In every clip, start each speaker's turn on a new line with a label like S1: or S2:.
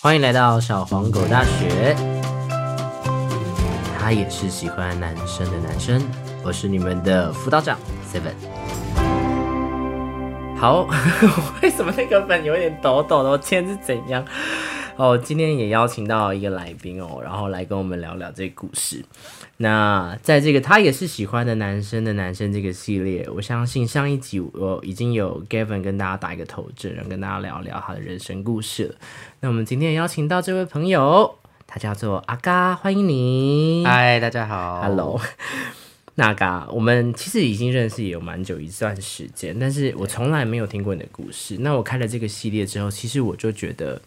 S1: 欢迎来到小黄狗大学。嗯他也是喜欢男生的男生，我是你们的辅导长 Seven。好， 为什么那个粉有点抖抖的？我今天是怎样？哦，今天也邀请到一个来宾哦，然后来跟我们聊聊这个故事。那在这个他也是喜欢的男生的男生这个系列，我相信上一集我已经有 Gavin 跟大家打一个头阵，然后跟大家聊聊他的人生故事了。那我们今天也邀请到这位朋友，他叫做阿嘎，欢迎你。
S2: 嗨，大家好。
S1: Hello，那嘎，我们其实已经认识也有蛮久一段时间，但是我从来没有听过你的故事。那我开了这个系列之后，其实我就觉得，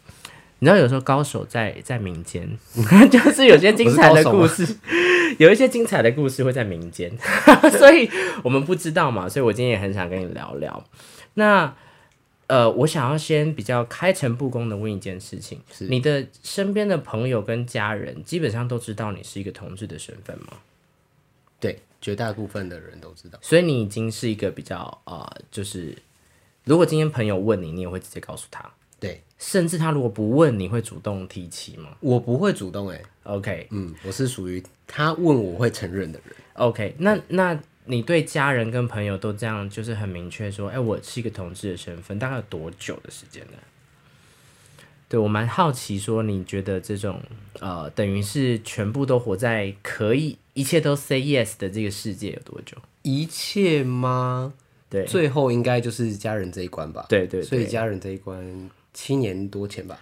S1: 你知道，有时候高手在在民间， 就是有些精彩的故事，有一些精彩的故事会在民间， 所以我们不知道嘛，所以我今天也很想跟你聊聊。那呃，我想要先比较开诚布公的问一件事情：你的身边的朋友跟家人基本上都知道你是一个同志的身份吗？
S2: 对，绝大部分的人都知道。
S1: 所以你已经是一个比较呃，就是如果今天朋友问你，你也会直接告诉他，
S2: 对
S1: 甚至他如果不问，你会主动提起吗
S2: 我不会主动哎、
S1: ？OK
S2: 嗯，我是属于他问我会承认的人。
S1: OK，那那你对家人跟朋友都这样，就是很明确说，哎、我是一个同志的身份，大概有多久的时间呢？对我蛮好奇，说你觉得这种呃，等于是全部都活在可以一切都 say yes 的这个世界有多久？
S2: 一切吗？
S1: 对
S2: 最后应该就是家人这一关吧。
S1: 对对对
S2: 所以家人这一关七年多前吧。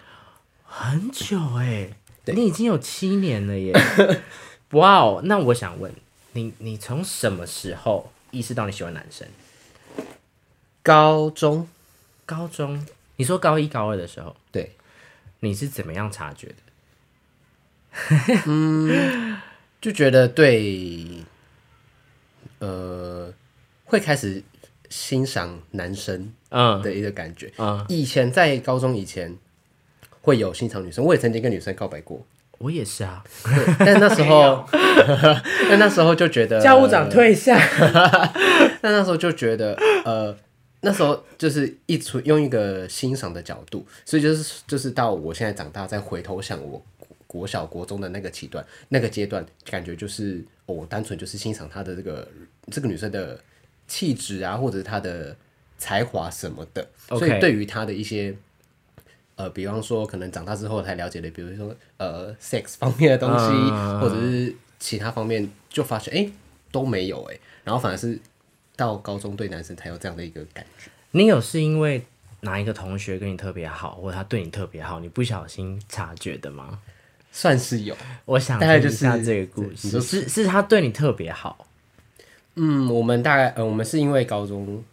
S1: 很久哎、你已经有七年了耶！ 哇哦，那我想问你，你从什么时候意识到你喜欢男生？
S2: 高中，
S1: 高中？你说高一高二的时候，
S2: 对，
S1: 你是怎么样察觉的？
S2: 就觉得对，呃，会开始欣赏男生
S1: 嗯
S2: 的一个感觉。
S1: 嗯，
S2: 以前在高中以前会有欣赏女生，我也曾经跟女生告白过。
S1: 我也是啊。
S2: 对 但那时候，但那时候就觉得
S1: 教务长退下。
S2: 但那时候就觉得，呃，那时候就是一出用一个欣赏的角度，所以就是就是到我现在长大再回头想我国小国中的那个阶段，那个阶段感觉就是、哦我单纯就是欣赏她的这个这个女生的气质啊，或者是她的才华什么的
S1: OK
S2: 所以对于她的一些。呃，比方说，可能长大之后才了解的，比如说呃，sex 方面的东西或者是其他方面，就发现哎、诶都没有哎、诶然后反而是到高中对男生才有这样的一个感觉。
S1: 你有是因为哪一个同学跟你特别好，或者他对你特别好，你不小心察觉的吗？
S2: 算是有，
S1: 我想
S2: 大概
S1: 听一
S2: 就是
S1: 下这个故
S2: 对你
S1: 事，
S2: 说
S1: 是是他对你特别好，
S2: 嗯，我们大概，呃，我们是因为高中，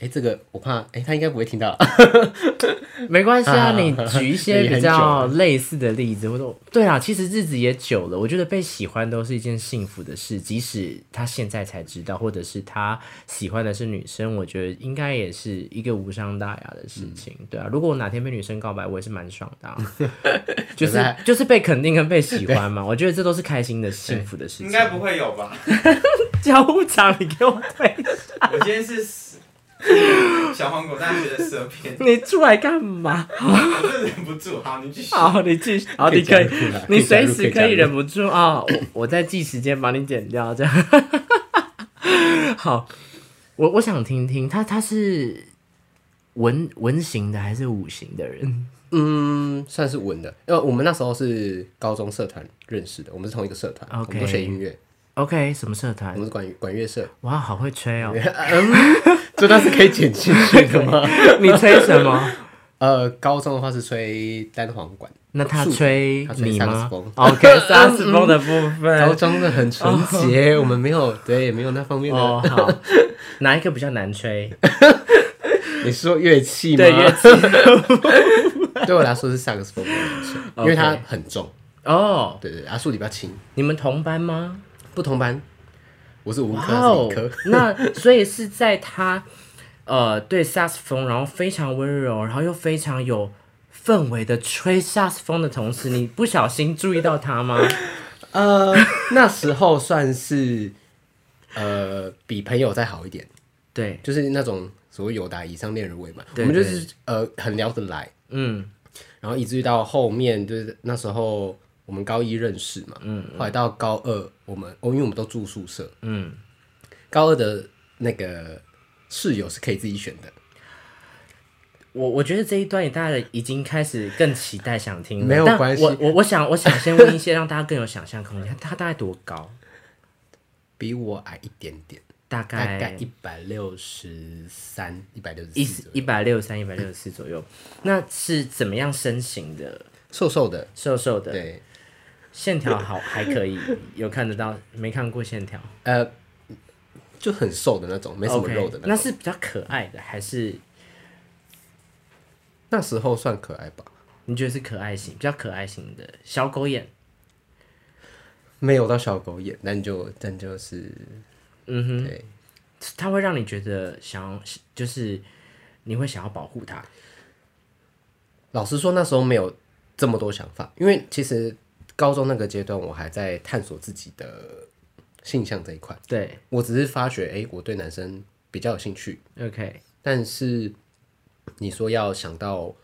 S2: 哎、这个我怕，哎、他应该不会听到，
S1: 没关系啊，
S2: 啊
S1: 你举一些
S2: 也
S1: 比
S2: 很久
S1: 较
S2: 了
S1: 类似的例子，或者对啊，其实日子也久了，我觉得被喜欢都是一件幸福的事，即使他现在才知道，或者是他喜欢的是女生，我觉得应该也是一个无伤大雅的事情，对啊。如果我哪天被女生告白，我也是蛮爽的、啊，就是就是被肯定跟被喜欢嘛，我觉得这都是开心的、幸福的事
S3: 应
S1: 情。
S3: 该不会有吧？
S1: 教务长，你给我退，
S3: 我今天是小黄狗大学的蛇片，
S1: 你出来干嘛？
S3: 我真的忍不住。好，你继续。
S1: 好，你继续，好，你可
S2: 加
S1: 以
S2: 入，啦
S1: 你
S2: 加
S1: 随
S2: 入
S1: 时
S2: 加
S1: 可以
S2: 入
S1: 忍不住啊、我我在计时间把你剪掉，这样。 好，我我想听听他他是文文型的还是武型的人？
S2: 嗯，算是稳的，因为我们那时候是高中社团认识的，我们是同一个社团
S1: OK
S2: 我们都学音乐，
S1: OK，什么社团
S2: 我？们是管管乐社，
S1: 哇，好会吹 哦！
S2: 这段是可以剪进去的吗？
S1: 你吹什 么？
S2: 呃，高中的话是吹单簧管，
S1: 那他
S2: 竖笛
S1: 吹
S2: 他吹
S1: 你
S2: 萨克斯
S1: 吗
S2: 风
S1: ？OK，萨克斯风的部
S2: 高
S1: 分。
S2: 中的很纯洁，我们没有对，也没有那方面的。
S1: 哦，好，哪一个比较难吹？
S2: 你是说乐器吗？
S1: 对，乐 器。
S2: 对我来说是萨克斯风比较难吹，因为它
S1: OK
S2: 很重。
S1: 哦，
S2: 对对，对阿树比较轻，
S1: 你们同班吗？
S2: 不同班。我是文科，
S1: 哇
S2: 他是
S1: 哦
S2: 理科。，
S1: 那所以是在他呃对萨克斯风，然后非常温柔，然后又非常有氛围的吹萨克斯风的同时，你不小心注意到他 吗？
S2: 呃，那时候算是呃比朋友再好一点，
S1: 对，
S2: 就是那种所谓友达以上恋人未满，我
S1: 对
S2: 们就是呃很聊得来，
S1: 嗯，
S2: 然后以至于到后面就是那时候我们高一认识嘛，嗯，后来到高二我们哦，因为我们都住宿舍，嗯，高二的那个室友是可以自己选的，
S1: 我我觉得这一段也大家已经开始更期待想听了，
S2: 没有
S1: 但
S2: 关系
S1: 我我我想我想先问一些让大家更有想象空间，他大概多高？
S2: 比我矮一点点，
S1: 大
S2: 大概
S1: 概
S2: 一百六十三、一百六十
S1: 一
S2: 四左
S1: 一
S2: 右，
S1: 百六三、一百六十四左右。那是怎么样身形的？
S2: 瘦瘦的，
S1: 瘦瘦的，
S2: 对，
S1: 线条好还可以，有看得到，没看过线条，
S2: 呃，就很瘦的那种，没什么
S1: OK，
S2: 肉的那
S1: 那
S2: 种。
S1: 是比较可爱的，还是
S2: 那时候算可爱吧？
S1: 你觉得是可爱型，比较可爱型的小狗眼？
S2: 没有到小狗眼，但就但就是，嗯哼，对，
S1: 它会让你觉得想要，就是你会想要保护它。
S2: 老实说，那时候没有这么多想法，因为其实高中那个阶段，我还在探索自己的性向这一块。
S1: 对
S2: 我只是发觉，哎、我对男生比较有兴趣，
S1: ，OK，
S2: 但是你说要想到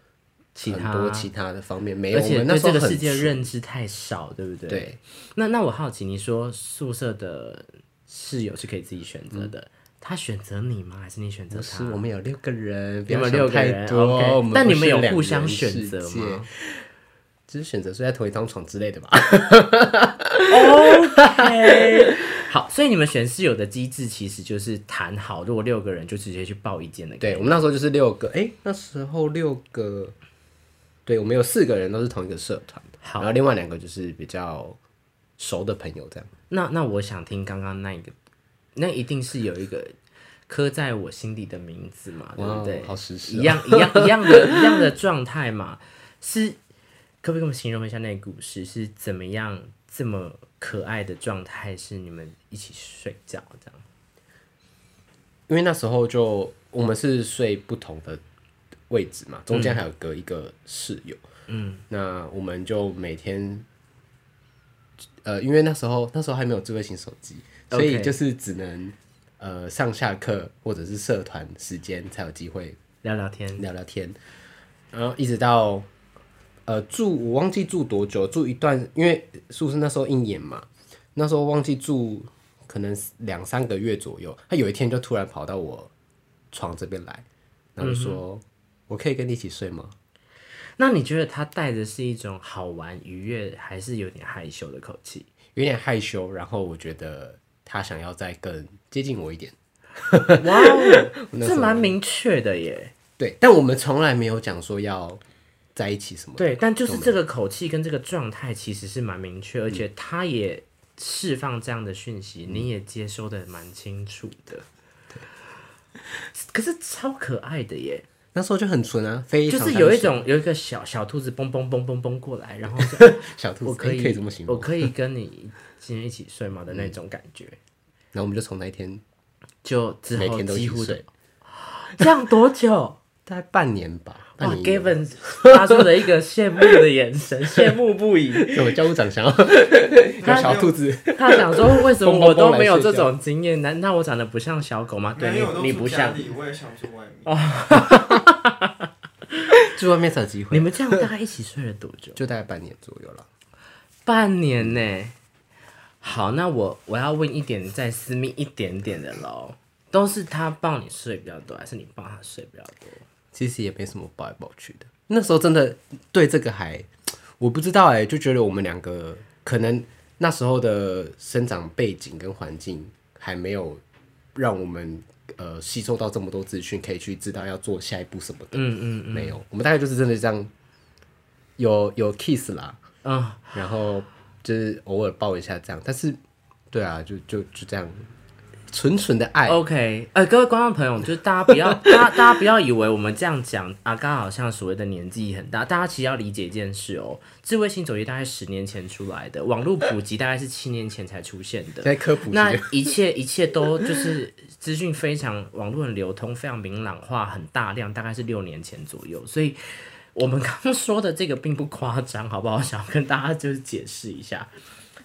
S1: 其
S2: 很
S1: 他
S2: 多其他的方面，没有，
S1: 啊而
S2: 我
S1: 且
S2: 们那
S1: 对
S2: 时候
S1: 这
S2: 很
S1: 个世界
S2: 熟
S1: 认知太少，对不对？
S2: 对。
S1: 那那我好奇，你说宿舍的室友是可以自己选择的，他选择你吗？还是你选择
S2: 不
S1: 他
S2: 是，？我们有六个人，不
S1: 你
S2: 要
S1: 们
S2: 想
S1: 六个
S2: 太
S1: 人
S2: 多。
S1: ，OK
S2: 我们
S1: 但
S2: 不
S1: 你们
S2: 是
S1: 有
S2: 两
S1: 互相
S2: 人
S1: 选
S2: 世
S1: 择
S2: 界
S1: 吗？
S2: 只是选择睡在同一张床之类的吧。
S1: OK，好，所以你们选室友的机制其实就是谈好，如果六个人就直接去报一间的。
S2: 对，我，们那时候就是六个，哎、那时候六个，对我们有四个人都是同一个社团，
S1: 好
S2: 然后另外两个就是比较熟的朋友这样。
S1: 那那我想听刚刚那一个，那一定是有一个刻在我心底的名字嘛，对
S2: 哇
S1: 不
S2: 哦
S1: 对？
S2: 好实时哦
S1: 一样一样一样的一样的状态嘛，是可不可以给我们形容一下那个故事是怎么样这么可爱的状态，是你们一起睡觉这样？
S2: 因为那时候就我们是睡不同的位置嘛，中间还有隔一个室友。嗯，那我们就每天，呃，因为那时候那时候还没有智慧型手机，所
S1: OK
S2: 以就是只能呃上下课或者是社团时间才有机会
S1: 聊聊天，
S2: 聊聊天，然后一直到呃住我忘记住多久，住一段，因为宿舍那时候一年嘛，那时候忘记住可能两三个月左右，他有一天就突然跑到我床这边来，然后就
S1: 嗯
S2: 说、我可以跟你一起睡吗？
S1: 那你觉得他带的是一种好玩、愉悦，还是有点害羞的口气？
S2: 有点害羞，然后我觉得他想要再更接近我一点，
S1: 哇哦，这蛮明确的耶。
S2: 对，但我们从来没有讲说要在一起什么的，
S1: 对，但就是这个口气跟这个状态其实是蛮明确，而
S2: 嗯
S1: 且他也释放这样的讯息，你也接收的蛮清楚 的。可是超可爱的耶，
S2: 那时候就很纯啊，非
S1: 就
S2: 常
S1: 是有一
S2: 单纯
S1: 种有一个小小兔子蹦蹦蹦蹦蹦过来，然后 说
S2: 小兔子，
S1: 我可
S2: 诶
S1: 以
S2: 可以这么形容
S1: 我，可 以跟你今天一起睡吗的
S2: 嗯
S1: 那种感觉，
S2: 然后我们就从那一天
S1: 就之
S2: 每
S1: 后
S2: 天都一
S1: 几
S2: 起
S1: 乎
S2: 睡
S1: 的。这样多 久？
S2: 大概半年吧，
S1: 哇
S2: 半年有。
S1: ，Gavin 发出了一个羡慕的眼 神，羡慕不已。
S2: 我教务长想要 有小兔子，
S1: 他想说，为什么我都没有这
S2: 蹦蹦蹦来睡觉
S1: 种经验？难道我长得不像小狗吗？对
S3: 没有我都
S1: 你，你
S3: 住
S1: 不
S3: 家
S1: 像。哦
S3: 里，我也想住外面。
S2: 住外面才有机会，？
S1: 你们这样大概一起睡了多久
S2: 就大概半年左右了。
S1: 半年呢。好，那我我要问一点再私密一点点的喽，都是他抱你睡比较多，还是你抱他睡比较多？
S2: 其实也没什么抱来抱去的。那时候真的对这个还我不知道哎、就觉得我们两个可能那时候的生长背景跟环境还没有让我们呃吸收到这么多资讯，可以去知道要做下一步什么的。嗯嗯没有，我们大概就是真的这样，有有 kiss 啦，
S1: 嗯，
S2: 然后就是偶尔抱一下这样，但是对啊，就就就这样，纯纯的爱。
S1: OK，呃，各位观众朋友，就是大家不要，大家大家不要以为我们这样讲，阿刚好像所谓的年纪很大，大家其实要理解一件事哦，智慧型手机大概十年前出来的，网络普及大概是七年前才出现的，
S2: 在科普时
S1: 那
S2: 间，
S1: 一切一切都就是资讯非常网络很流通，非常明朗化，很大量，大概是六年前左右。所以我们 刚刚说的这个并不夸张，好不好？想要跟大家就是解释一下。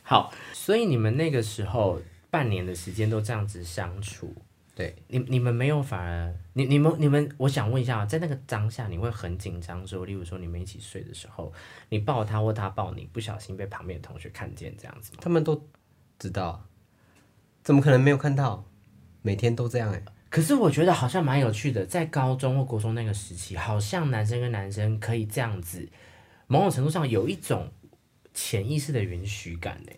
S1: 好，所以你们那个时候半年的时间都这样子相处，
S2: 对，
S1: 你你们没有反而你你们你们，我想问一下，啊在那个当下你会很紧张，说，例如说你们一起睡的时候，你抱他或他抱你，不小心被旁边的同学看见这样子吗？
S2: 他们都知道，怎么可能没有看到？每天都这样哎、
S1: 可是我觉得好像蛮有趣的，在高中或国中那个时期，好像男生跟男生可以这样子，某种程度上有一种潜意识的允许感呢、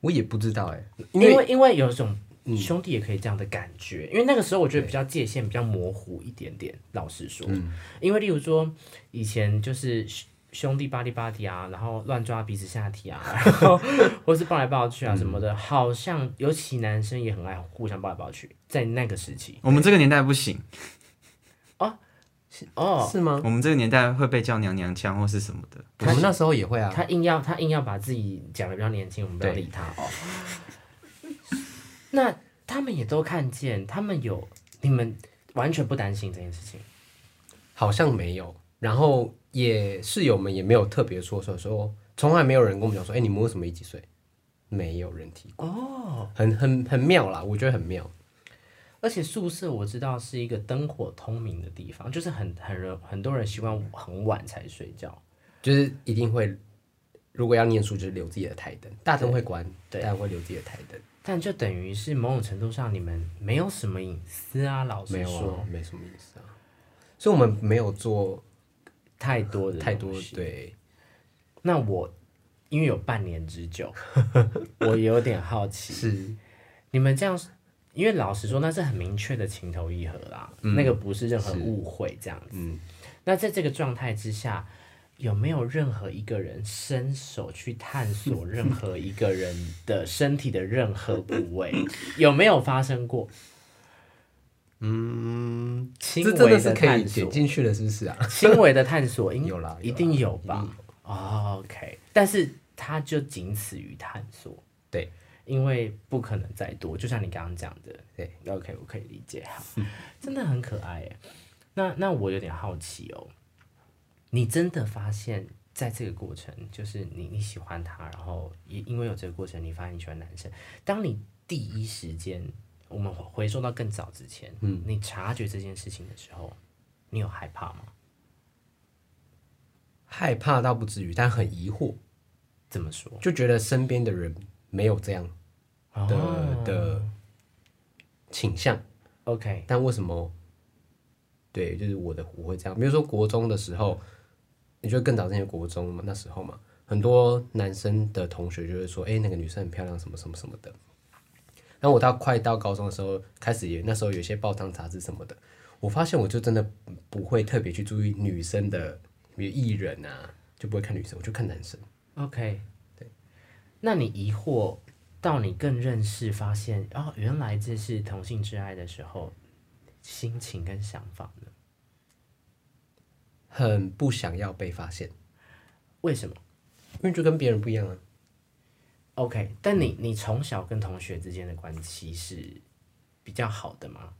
S2: 我也不知道哎、
S1: 因为嗯因为有一种兄弟也可以这样的感觉，因为那个时候我觉得比较界限比较模糊一点点，老实说，因为例如说以前就是兄兄弟巴蒂巴蒂啊，然后乱抓彼此下体啊， 然后或是抱来抱去啊什么的，好像尤其男生也很爱互相抱来抱去，在那个时期
S4: 我们这个年代不行，
S1: 哦，
S2: 是吗？
S4: 我们这个年代会被叫娘娘腔或是什么的。
S2: 我们那时候也会啊，
S1: 他硬要他硬要把自己讲的比较年轻，我们不要
S2: 对
S1: 理他哦。那他们也都看见，他们有你们完全不担心这件事情。
S2: 好像没有。然后也室友们也没有特别说说说，从来没有人跟我们讲说，哎、你们为什么一起睡？没有人提过哦，很很很妙啦，我觉得很妙。
S1: 而且宿舍我知道是一个灯火通明的地方，就是很很人很多人习惯很晚才睡觉。
S2: 就是一定会，如果要念书，就是留自己的台灯，大灯会关，
S1: 对
S2: 但会留自己的台灯。
S1: 但就等于是某种程度上，你们没有什么隐私啊，老
S2: 没
S1: 实
S2: 有
S1: 说，
S2: 啊，没什么意思啊。所以我们没有做
S1: 太多的
S2: 太多
S1: 东西。
S2: 对，
S1: 那我因为有半年之久，我有点好奇，
S2: 是
S1: 你们这样，因为老实说，那是很明确的情投意合啦，
S2: 嗯
S1: 那个不是任何误会这样子。那在这个状态之下，有没有任何一个人伸手去探索任何一个人的身体的任何部 位？有没有发生过？嗯，轻
S2: 这真
S1: 微
S2: 的是可以
S1: 探
S2: 点
S1: 索，嗯
S2: 进去的，是不是啊？
S1: 轻微的探索，应
S2: 有啊啦有啦
S1: 一定有吧、o k 但是它就仅此于探索。
S2: 对，
S1: 因为不可能再多，就像你刚刚讲的，
S2: 对
S1: ，OK，我可以理解，好，真的很可爱耶。那那我有点好奇哦，你真的发现在这个过程，就是你你喜欢他，然后也因为有这个过程，你发现你喜欢男生，当你第一时间，我们回溯到更早之前，嗯，你察觉这件事情的时候，你有害怕吗？
S2: 害怕倒不至于，但很疑惑，
S1: 怎么说？
S2: 就觉得身边的人没有这样的、的
S1: 嗯
S2: 倾向，
S1: OK，
S2: 但为什么？对，就是我的我会这样。比如说国中的时候，你就更早之前国中嘛，那时候嘛，很多男生的同学就会说：“哎、那个女生很漂亮，什么什么什么的。”然后我到快到高中的时候，开始也那时候有一些报章杂志什么的，我发现我就真的不会特别去注意女生的，比如艺人啊，就不会看女生，我就看男生。
S1: OK，对。那你疑惑到你更认识，发现哦，原来这是同性之爱的时候，心情跟想法呢？
S2: 很不想要被发现，
S1: 为什么
S2: 因为就跟别人不一样啊。
S1: ？OK，但你你从小跟同学之间的关系是比较好的吗？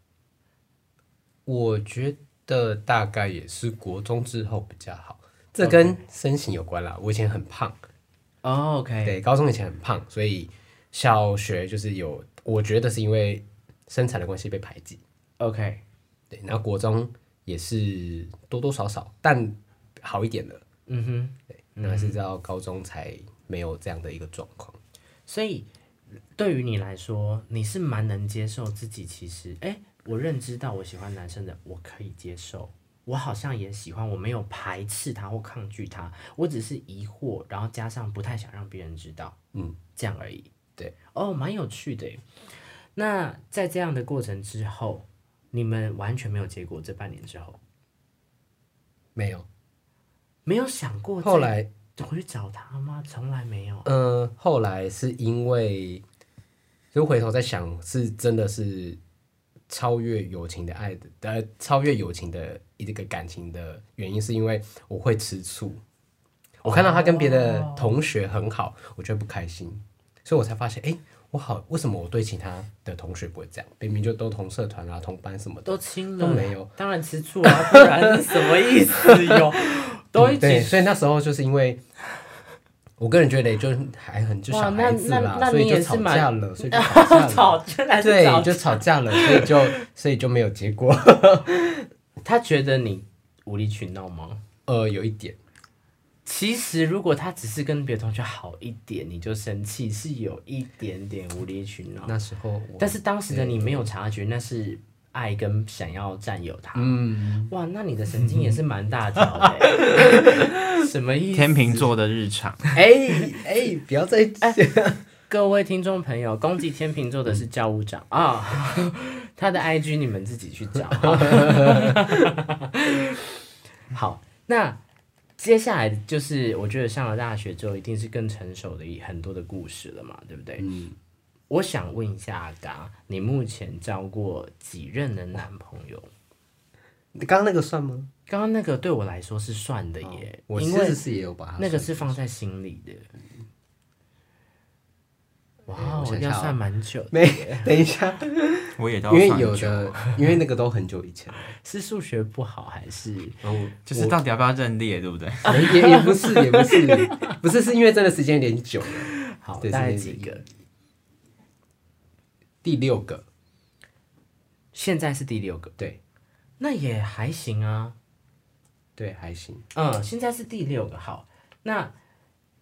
S2: 我觉得大概也是国中之后比较好，这跟身形有关啦。我以前很胖，
S1: 哦，OK、o k
S2: 对，高中以前很胖，所以小学就是有，我觉得是因为身材的关系被排挤。
S1: OK，
S2: 对，然后国中也是多多少少，但好一点的，
S1: 嗯哼，
S2: 那是到高中才没有这样的一个状况。
S1: 所以对于你来说，你是蛮能接受自己。其实，哎、我认知到我喜欢男生的，我可以接受。我好像也喜欢，我没有排斥他或抗拒他，我只是疑惑，然后加上不太想让别人知道，嗯，这样而已。
S2: 对，
S1: 哦，蛮有趣的耶。那在这样的过程之后，你们完全没有结果。这半年之后，
S2: 没有，
S1: 没有想过
S2: 后来
S1: 再回去找他吗？从来没有。
S2: 嗯，后来是因为，就回头在想，是真的是超越友情的爱的，呃，超越友情的一个感情的原因，是因为我会吃醋。我看到他跟别的同学很好，我就会不开心，所以我才发现，哎、我好，为什么我对其他的同学不会这样？明明就都同社团啊、同班什么的，
S1: 都亲了，
S2: 都没有，
S1: 当然吃醋啊，不 然是什么意思哟？都一
S2: 对，
S1: 起
S2: 所以那时候就是因为我个人觉得就还很就
S1: 哇
S2: 小孩子
S1: 那那
S2: 啦，
S1: 那
S2: 所以
S1: 你也
S2: 就是吵
S1: 蛮
S2: 架了，所以就吵架 了，
S1: 吵，真的是吵
S2: 对，就吵架了，所以就 所以就没有结果。
S1: 他觉得你无理取闹吗？
S2: 呃，有一点，
S1: 其实如果他只是跟别的同学好一点，你就生气，是有一点点无理取闹。
S2: 那时候我
S1: 但是当时的你没有察觉，那是爱跟想要占有他。嗯，哇，那你的神经也是蛮大条的 欸。什么意思？
S4: 天秤座的日常，
S2: 哎哎，不要再
S1: 各位听众朋友，攻击天秤座的是教务长啊、 他的 IG 你们自己去找。 好，那接下来就是我觉得上了大学之后，一定是更成熟的一很多的故事了嘛，对不对？嗯。我想问一下阿嘎，你目前交过几任的男朋友？
S2: 刚刚那个算吗？
S1: 刚刚那个对我来说是算的耶，
S2: 哦我
S1: 因
S2: 其
S1: 为
S2: 实是也有把它
S1: 那个
S2: 算
S1: 是放在心里的。哇
S2: 嗯我，想
S1: 要
S2: 想哦
S1: 算蛮久的。
S2: 没等一下，
S4: 我也到
S2: 因为
S4: 算
S2: 有
S4: 久
S2: 的，因为那个都很久以前了，
S1: 是数学不好还是？
S2: 然后我
S4: 就是到底要不要认列，对 不对？
S2: 没也也不是也不是不是是因为真的时间有点久了，
S1: 好，
S2: 对
S1: 大概
S2: 是
S1: 几
S2: 那个
S1: 个？
S2: 第六个
S1: 现在是第六个，
S2: 对
S1: 那也还行啊。
S2: 对还行，
S1: 嗯，现在是第六个，好，那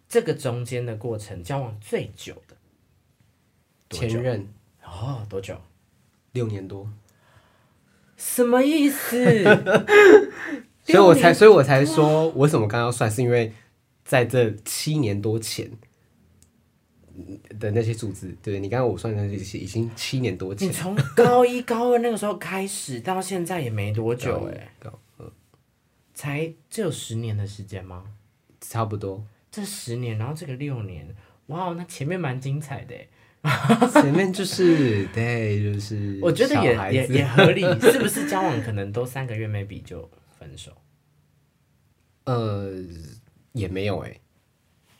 S1: 这个中间的过程，交往最久的多久
S2: 前任
S1: 哦，多久？
S2: 六年多，
S1: 什么意 思？
S2: 所以
S1: 六
S2: 我才
S1: 年
S2: 所以啊我才说为什么刚刚要算是因为在这七年多前。的那些数字，对你刚刚我算的那些已经七年多前
S1: 你，从高一、高二那个时候开始，到现在也没多久哎、
S2: 高
S1: 才只有十年的时间吗？
S2: 差不多。
S1: 这十年，然后这个六年，哇，哦那前面蛮精彩的哎、
S2: 前面就是对，就是
S1: 我觉得
S2: 小
S1: 也
S2: 孩
S1: 也
S2: 子
S1: 也合理，是不是交往可能都三个月 maybe 就分手？
S2: 呃，也没有哎、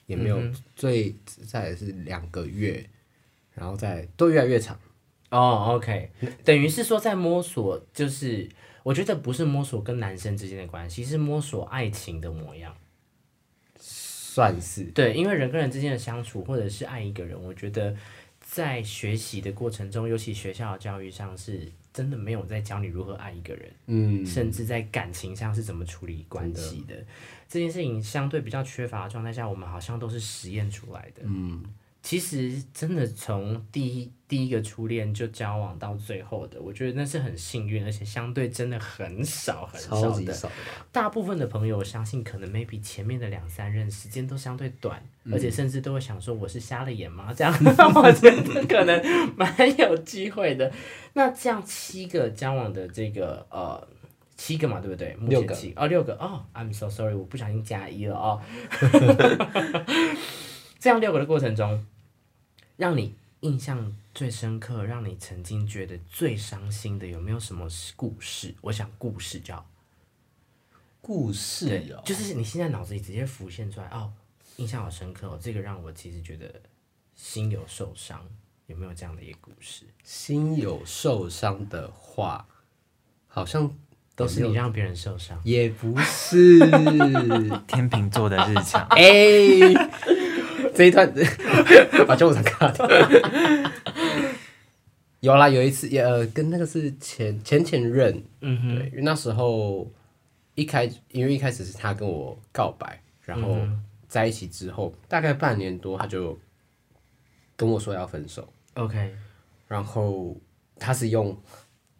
S2: 也没有，最再来是两个月，然后再都越来越长。
S1: 哦、o k 等于是说在摸索，就是我觉得不是摸索跟男生之间的关系，是摸索爱情的模样。
S2: 算是
S1: 对，因为人跟人之间的相处，或者是爱一个人，我觉得在学习的过程中，尤其学校的教育上，是真的没有在教你如何爱一个人。
S2: 嗯，
S1: 甚至在感情上是怎么处理关系的这件事情，相对比较缺乏的状态下，我们好像都是实验出来的。嗯，其实真的从第一第一个初恋就交往到最后的，我觉得那是很幸运，而且相对真的很少很
S2: 超
S1: 少
S2: 级
S1: 的。
S2: 少的。
S1: 大部分的朋友，我相信可能 maybe 前面的两三任时间都相对短，
S2: 嗯
S1: 而且甚至都会想说我是瞎了眼吗？这 样，我觉得可能蛮有机会的。那这样七个交往的这个呃。七个嘛，对不对？目
S2: 六
S1: 前
S2: 个
S1: 七哦，六个哦，I'm so sorry，我不小心加一了哦。 这样六个的过程中，让你印象最深刻，让你曾经觉得最伤心的，有没有什么故事？我想故事就好。
S2: 故事哦，
S1: 就是你现在脑子里直接浮现出来哦，印象好深刻哦，这个让我其实觉得心有受伤，有没有这样的一个故事？
S2: 心有受伤的话，好像
S1: 都是你让别人受伤，
S2: 也不是。 ，
S4: 天秤座的日常
S2: 哎、这一段 把救护车卡掉。 有啦，有一次也呃，跟那个是前前前任，
S1: 嗯
S2: 对，因为那时候一开，因为一开始是他跟我告白，然后在一起之后，大概半年多，他就跟我说要分手，
S1: ，OK，
S2: 然后他是用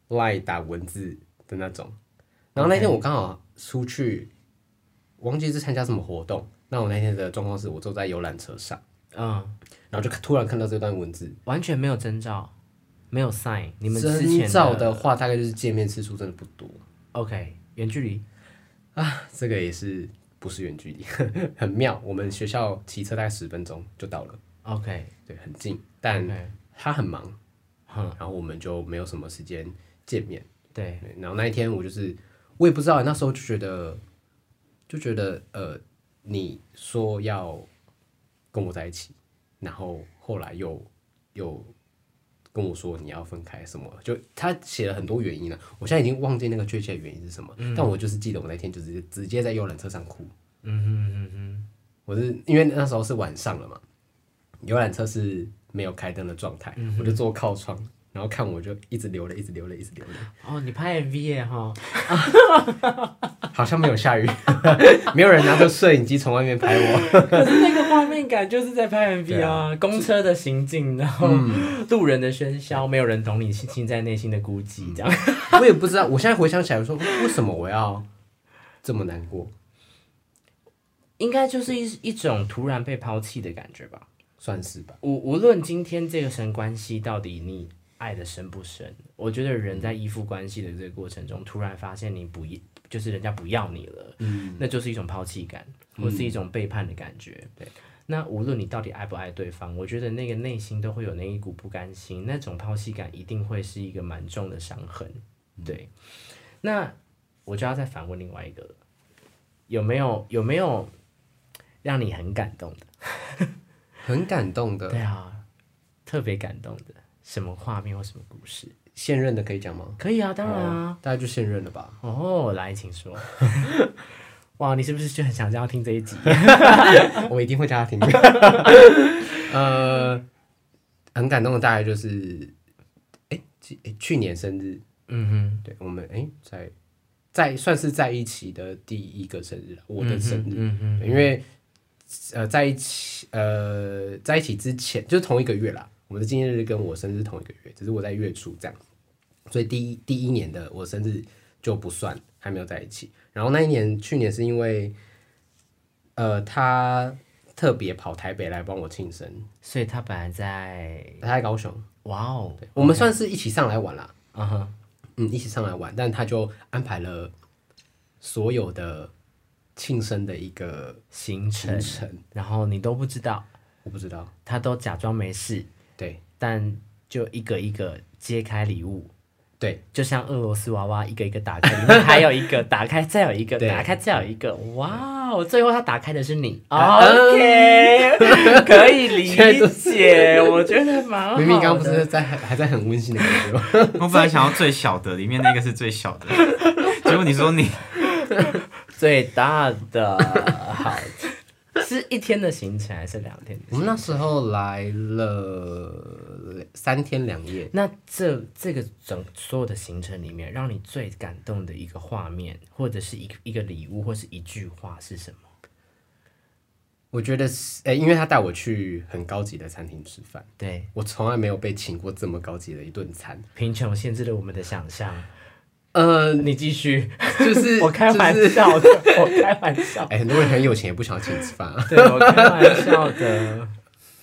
S2: 赖打文字的那种，然后那天我刚好出去，忘记是参加什么活动，那我那天的状况是我坐在游览车上，
S1: 嗯，
S2: 然后就突然看到这段文字，
S1: 完全没有征兆，没有 sign，你们之
S2: 征
S1: 前
S2: 兆的话大概就是见面次数真的不多，
S1: OK 远距离，
S2: 这个也是不是远距离， 很妙。我们学校骑车大概十分钟就到了，
S1: OK，
S2: 对，很近，但
S1: OK
S2: 他很忙，
S1: 哼，
S2: 然后我们就没有什么时间见面。
S1: 对，
S2: 对然后那一天我就是我也不知道，那时候就觉得就觉得呃，你说要跟我在一起，然后后来又又跟我说你要分开什么，就他写了很多原因了、我现在已经忘记那个确
S1: 嗯
S2: 切的原因是什么，但我就是记得我那天就直接直接在游览车上哭。
S1: 嗯哼嗯哼，
S2: 我是因为那时候是晚上了嘛，游览车是没有开灯的状态，
S1: 嗯
S2: 我就坐靠窗，然后看我就一直流泪，一直流泪，一直流泪，
S1: 哦，你拍 MV 耶哈，
S2: 好像没有下雨， 没有人拿着摄影机从外面拍我，
S1: 可是那个 画面感就是在拍 MV
S2: 对
S1: 啊，嗯公车的行进，然后路人的喧嚣，没有人懂你心在内心的孤寂，这样。
S2: 我也不知道，我现在回想起来，我说为什么我要这么难过，
S1: 应该就是一一种突然被抛弃的感觉吧。
S2: 算是吧，
S1: 无无论今天这个深关系到底你爱的深不深，我觉得人在依附关系的这个过程中，突然发现你不一就是人家不要你了，嗯，那就是一种抛弃感，或是一种背叛的感觉。对，那无论你到底爱不爱对方，我觉得那个内心都会有那一股不甘心，那种抛弃感一定会是一个蛮重的伤痕。对，那我就要再反问另外一个了，有没有有没有让你很感动的？
S2: 很感动的。
S1: 对啊，特别感动的什么画面或什么故事？
S2: 现任的可以讲吗？
S1: 可以啊，当然啊。
S2: 大家就现任了 吧。
S1: 哦，来，请说。 哇，你是不是就很想要听这一集？
S2: 我一定会叫他 听。呃，很感动的大概就是，哎、去诶去年生日，
S1: 嗯
S2: 对我们哎、诶在在算是在一起的第一个生日了，我的生日，
S1: 嗯嗯
S2: 对因为呃在一起呃在一起之前就是同一个月啦，我们的纪念日跟我生日同一个月，只是我在月初这样，所以第一第一年的我生日就不算，还没有在一起。然后那一年去年是因为呃他特别跑台北来帮我庆生，
S1: 所以他本来在，
S2: 他在高雄，
S1: 哇哦，
S2: 对我们算是一起上来玩啦，
S1: 啊哈，
S2: 嗯，一起上来玩，但他就安排了所有的庆生的一个
S1: 行程
S2: 行，程，
S1: 然后你都不知道，
S2: 我不知道，
S1: 他都假装没事，
S2: 对
S1: 但就一个一个揭开礼物。
S2: 对，
S1: 就像俄罗斯娃娃一个一个打开，里面还有一个打开，再有一个
S2: 对
S1: 打开，再有一个，哇！哦，最后他打开的是你，OK，可以理解，我觉得蛮哦好的。
S2: 明明刚刚不是在还还在很温馨的感觉吗？
S4: 我本来想要最小的，里面那个是最小的，结果你说你
S1: 最大的， 好，是一天的行程还是两天的
S2: 我
S1: 行程？
S2: 们那时候来了三天两夜，
S1: 那这这个整所有的行程里面，让你最感动的一个画面，或者是一个一个礼物，或是一句话是什么？
S2: 我觉得是，呃诶、因为他带我去很高级的餐厅吃饭，
S1: 对，
S2: 我从来没有被请过这么高级的一顿餐。
S1: 贫穷限制了我们的想象。
S2: 呃，
S1: 你继续，
S2: 就 是
S1: 我开玩
S2: 就是
S1: 笑的，我开玩笑。
S2: 哎、很多人很有钱也不想请吃饭啊，
S1: 对，我开玩笑的。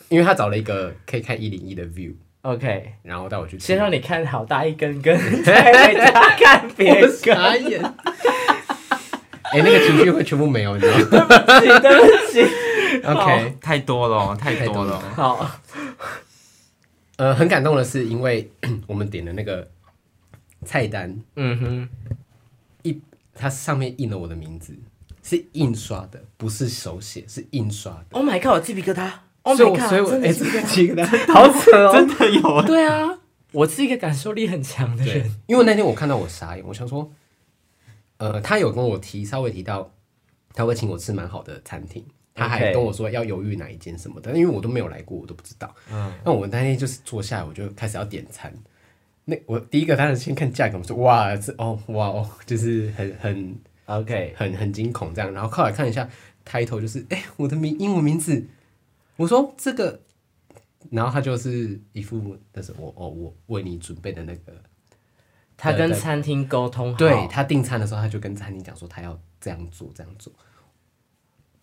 S2: 因为他找了一个可以看一零一的 view，
S1: OK，
S2: 然后带我去吃。
S1: 先让你看好大一根根，再回家看别
S2: 我
S1: 个。
S2: 傻眼。哎、那个情绪会全部没有，你知道吗
S1: 对不起，
S2: ？OK，
S4: 太多了哦，太多了哦。
S1: 好，
S2: 呃，很感动的是，因为 我们点的那个菜单，
S1: 嗯哼，
S2: 它上面印了我的名字，是印刷的，不是手写，是印刷的。
S1: Oh my god！我鸡皮疙瘩。Oh
S2: 所以
S1: my
S2: 我，
S1: god！
S2: 所以我
S1: 真的
S2: 哎，
S1: 是
S2: 这个 鸡皮疙瘩好扯哦。
S4: 真的有啊，
S1: 对啊，我是一个感受力很强的
S2: 对
S1: 人。，
S2: 因为那天我看到我傻眼，我想说，呃，他有跟我提，稍微提到他会请我吃蛮好的餐厅，他还
S1: OK
S2: 跟我说要犹豫哪一间什么的，因为我都没有来过，我都不知道。嗯，那我那天就是坐下来，我就开始要点餐。那我第一个当然先看价格，我说哇，这哦哇哦，就是很很
S1: OK，
S2: 很很惊恐这样，然后后来看一下 title 就是，哎、我的名英文名字，我说这个，然后他就是一副那是我哦我为你准备的那个，
S1: 他跟
S2: 对对
S1: 餐厅沟通好。
S2: 对他订餐的时候他就跟餐厅讲说他要这样做这样做，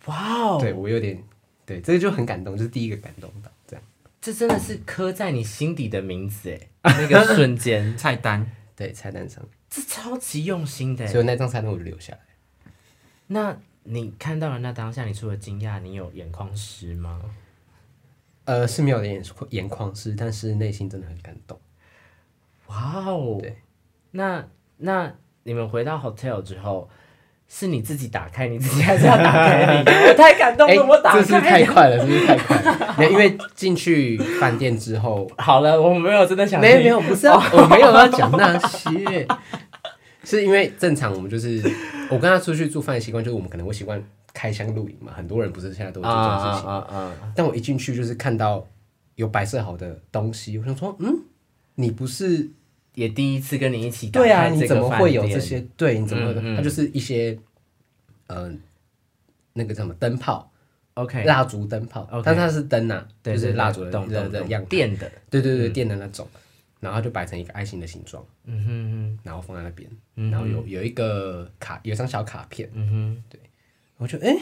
S1: 哇哦，
S2: 对我有点对这个就很感动，就是第一个感动到这样，
S1: 这真的是刻在你心底的名字哎，那个瞬间，
S4: 菜单
S2: 对菜单上，
S1: 这超级用心的哎
S2: 所。以那张菜单我就留下来，
S1: 那你看到了那当下，你除了惊讶，你有眼眶湿吗？
S2: 呃是没有眼眼眶是，但是内心真的很感动，
S1: 哇哦！
S2: 对，
S1: 那那你们回到 hotel 之后，是你自己打开，你自己还是要打开你？我太感动
S2: 哎、
S1: 了，我打
S2: 这是不是
S1: 开
S2: 太
S1: 了。
S2: 快了，是不是太快了？没有因为进去饭店之 后。
S1: 好了，我没有真的想
S2: 没有
S1: 听
S2: 没有，不是、啊，我没有要讲那 些，是因为正常我们就是我跟他出去住饭的习惯，就是我们可能会习惯开箱露营嘛，很多人不是现在都会
S1: 啊
S2: 做这件
S1: 啊
S2: 事情。
S1: 啊啊！
S2: 但我一进去就是看到有摆设好的东西，我想说，嗯，你不是
S1: 也第一次跟你一起打
S2: 对啊，
S1: 开
S2: 你
S1: 这个
S2: 怎么
S1: 饭
S2: 会有
S1: 店
S2: 这？些？对，你怎么会有？
S1: 嗯嗯
S2: 它就是一些，呃，那个叫什么灯泡，
S1: OK，
S2: 蜡烛灯泡
S1: OK
S2: 但它是灯呐、啊，
S1: 对
S2: 就是
S1: 对
S2: 蜡
S1: 对
S2: 烛的
S1: 懂
S2: 的
S1: 懂
S2: 的
S1: 懂
S2: 样子，
S1: 电的，
S2: 对对对，电的那种，然后就摆成一个爱心的形状，嗯嗯哼嗯然后放在那边，然后有有一个卡，有一张小卡片，
S1: 嗯哼，
S2: 我就哎、诶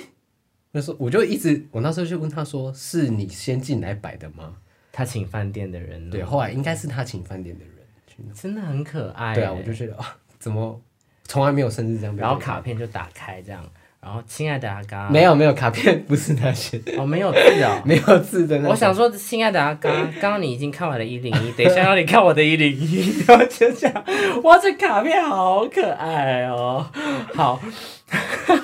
S2: 我就说我就一直，我那时候就问他说，是你先进来摆的吗？
S1: 他请饭店的人哦
S2: 对，，后来应该是他请饭店的人去弄，
S1: 真的很可爱欸。
S2: 对啊，我就觉得啊、怎么从来没有生日这样被
S1: 然后
S2: 摆
S1: 卡片就打开这样，然后亲爱的阿嘎，
S2: 没有没有卡片不是那些，
S1: 哦，没有字哦。
S2: 没有字的那种。
S1: 我想说，亲爱的阿刚，刚刚你已经看完了一零一，等一下让你看我的一零一，然后就这样，哇，这卡片好可爱哦。好，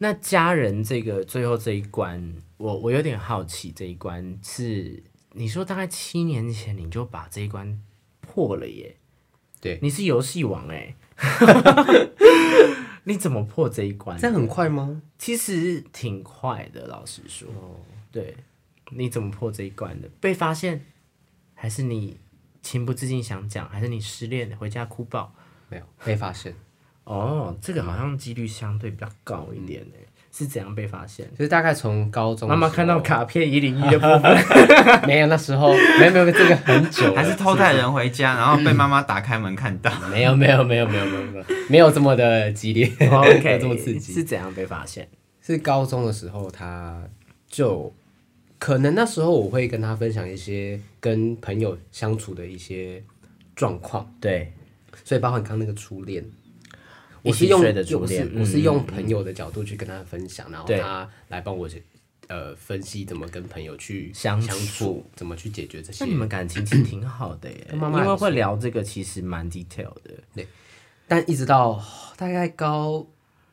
S1: 那家人这个最后这一关，我我有点好奇，这一关是你说大概七年前你就把这一关破了耶？
S2: 对
S1: 你是游戏王哎， 你怎么破这一关？
S2: 这样很快吗？
S1: 其实挺快的，老实说。对，你怎么破这一关的？被发现，还是你情不自禁想讲，还是你失恋回家哭爆？
S2: 没有被发现，
S1: 哦，这个好像几率相对比较高一点呢、是怎样被发现？
S2: 就是大概从高中
S1: 妈妈
S2: 的时候
S1: 看到卡片一零一的部分，
S2: 没有那时候没有没有这个很久了
S4: 还是偷带人回家，然后被妈妈打开门看到。
S2: 没有没有没有没有没有没有没有这么的激烈 没有
S1: 哦 OK，
S2: 这么刺激
S1: 是怎样被发现？
S2: 是高中的时候，他就可能那时候我会跟他分享一些跟朋友相处的一些状况，
S1: 对，
S2: 所以包括你刚刚那个初恋，
S1: 一
S2: 我是
S1: 起
S2: 用
S1: 睡的初
S2: 我是
S1: 恋嗯
S2: 我是用朋友的角度去跟他分享，然后
S1: 对
S2: 他来帮我呃分析怎么跟朋友去
S1: 相处嗯
S2: 相处，怎么去解决这些
S1: 那你们感情其实挺好的 耶、
S2: 跟妈妈
S1: 因
S2: 还
S1: 为
S2: 不错
S1: 会聊这个，其实蛮 detail 的。
S2: 但一直到大概高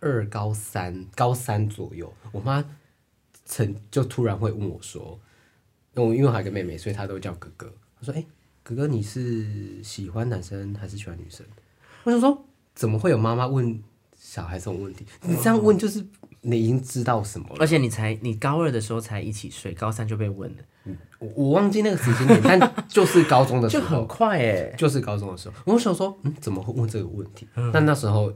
S2: 二、高三、高三左右，我妈曾就突然会问我说，因为我因为我还有个妹妹，所以她都叫哥哥。她说：“哎、哥哥，你是喜欢男生还是喜欢女生？”我想说，怎么会有妈妈问小孩这种问题？你这样问就是你已经知道什么了。
S1: 而且你才你高二的时候才一起睡，高三就被问了，
S2: 我我忘记那个时间点，但就是高中的时
S1: 就
S2: 候
S1: 很，快哎、
S2: 就是高中的时候，我想说，嗯，怎么会问这个问题？但那时候，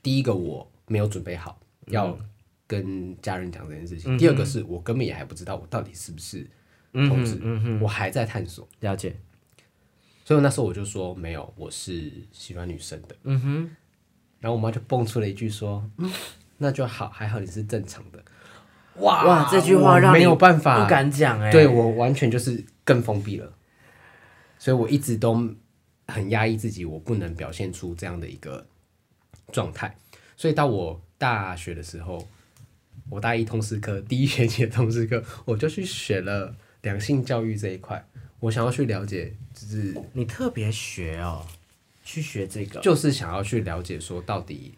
S2: 第一个我没有准备好要跟家人讲这件事情，第二个是我根本也还不知道我到底是不是同志，我还在探索，
S1: 了解，
S2: 所以那时候我就说没有，我是喜欢女生的。嗯哼，然后我妈就蹦出了一句说，嗯，那就好，还好你是正常的。哇
S1: 哇，这句话
S2: 啊我
S1: 让你
S2: 没有办法，
S1: 不敢讲哎、
S2: 对我完全就是更封闭了，所以我一直都很压抑自己，我不能表现出这样的一个状态。所以到我大学的时候，我大一通识课第一学期的通识课，我就去学了两性教育这一块。我想要去了解，就是
S1: 你特别学哦，去学这个，
S2: 就是想要去了解说到底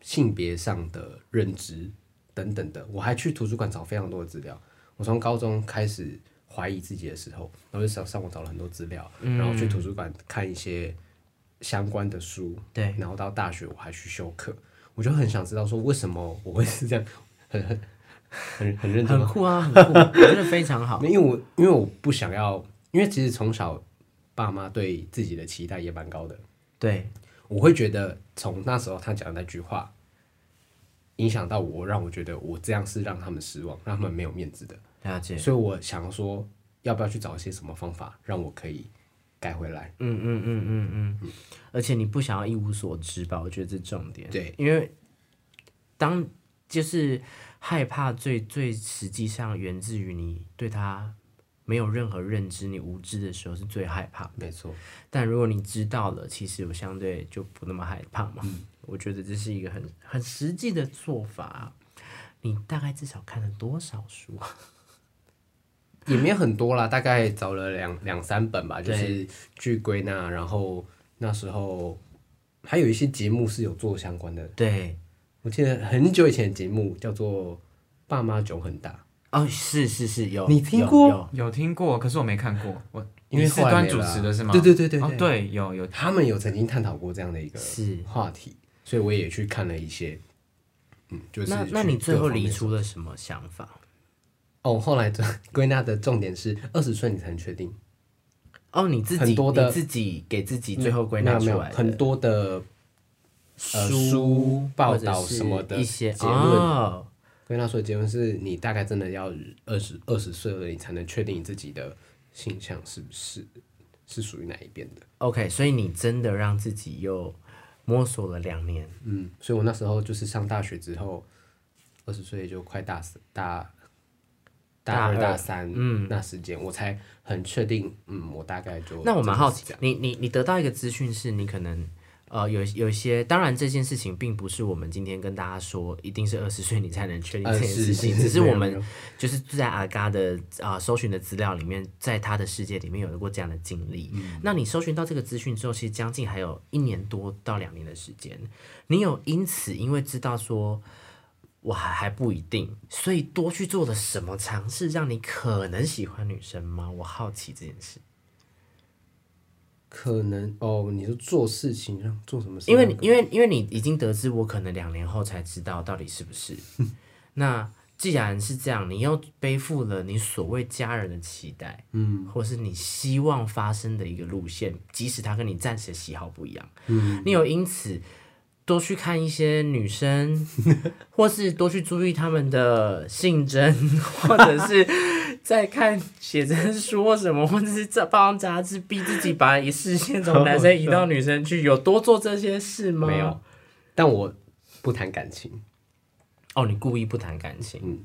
S2: 性别上的认知等等的。我还去图书馆找非常多的资料。我从高中开始怀疑自己的时候，然后就上上网找了很多资料，然后去图书馆看一些相关的书。
S1: 对
S2: 然后到大学我还去修课，我就很想知道说为什么我会是这样，很很很很认真
S1: 很
S2: 吗？
S1: 酷啊，很 酷，我觉得非常好。
S2: 因为我因为我不想要，因为其实从小爸妈对自己的期待也蛮高的。
S1: 对，
S2: 我会觉得从那时候他讲的那句话，影响到我，让我觉得我这样是让他们失望，让他们没有面子的。
S1: 了解，
S2: 所以我想说，要不要去找一些什么方法，让我可以改回来？
S1: 嗯嗯嗯嗯嗯，而且你不想要一无所知吧？我觉得这重点。
S2: 对，
S1: 因为当就是害怕最最实际上源自于你对他没有任何认知，你无知的时候是最害怕的。
S2: 没错，
S1: 但如果你知道了，其实我相对就不那么害怕嘛。
S2: 嗯
S1: 我觉得这是一个很很实际的做法。你大概至少看了多少书？啊
S2: 也没有很多啦，大概找了两两三本吧，就
S1: 对
S2: 是去归纳。然后那时候还有一些节目是有做相关的，
S1: 对，
S2: 我记得很久以前的节目叫做《爸妈酒很大》，
S1: 哦，是是是，有
S2: 你听过
S1: 有有
S4: 有听过，可是我没看过。我
S2: 因为
S4: 你是
S2: 后来
S4: 端
S2: 没
S4: 主
S2: 了啊
S4: 持的是吗？
S2: 对对对对
S4: 哦
S2: 对，
S4: 对，有有
S2: 他们有曾经探讨过这样的一个
S1: 是
S2: 话题，所以我也去看了一些，嗯，就是
S1: 那那
S2: 去
S1: 你最
S2: 各
S1: 后
S2: 方
S1: 离
S2: 面
S1: 出了什么想法？
S2: 哦，后来的归纳的重点是二十岁你才能确定，
S1: 哦，你自己
S2: 很多的嗯
S1: 你自己给自己最后归纳
S2: 没
S1: 出
S2: 有没
S1: 来
S2: 有
S1: 的
S2: 很多的呃书报道
S1: 或者是
S2: 什么的
S1: 一些
S2: 结论
S1: 哦
S2: 归纳说的结论是你大概真的要二十二十岁了，你才能确定你自己的性向是不是是属于哪一边的。
S1: OK，所以你真的让自己又摸索了两年，
S2: 嗯，所以我那时候就是上大学之后，二十岁就快大四大
S1: 大
S2: 大二
S1: 二
S2: 大三，嗯，那时间我才很确定，嗯，我大概就
S1: 那我蛮好奇
S2: 真的是这样，
S1: 你你你得到一个资讯是你可能呃有有一些，当然这件事情并不是我们今天跟大家说一定是二十岁你才能确定
S2: 呃
S1: 这件事
S2: 是
S1: 情，
S2: 是
S1: 只是
S2: 没有
S1: 我
S2: 没
S1: 们
S2: 有
S1: 就是在阿嘎的啊、搜寻的资料里面，在他的世界里面有过这样的经历。
S2: 嗯
S1: 那你搜寻到这个资讯之后，其实将近还有一年多到两年的时间，你有因此因为知道说。我还还不一定，所以多去做了什么尝试，让你可能喜欢女生吗？我好奇这件事。
S2: 可能哦，你就做事情让做什么事情
S1: 因
S2: 让
S1: 为
S2: 更，
S1: 你因为因为你已经得知我可能两年后才知道到底是不 是。那既然是这样，你又背负了你所谓家人的期待，嗯，或是你希望发生的一个路线，即使他跟你暂时的喜好不一样，嗯，你有因此多去看一些女生，或是多去注意她们的性征， 或者是在看写真书或什么，或者是这帮杂志，逼自己把一视线从男生移到女生去，有多做这些事吗？
S2: 没有，但我不谈感情，
S1: 哦，你故意不谈感情，
S2: 嗯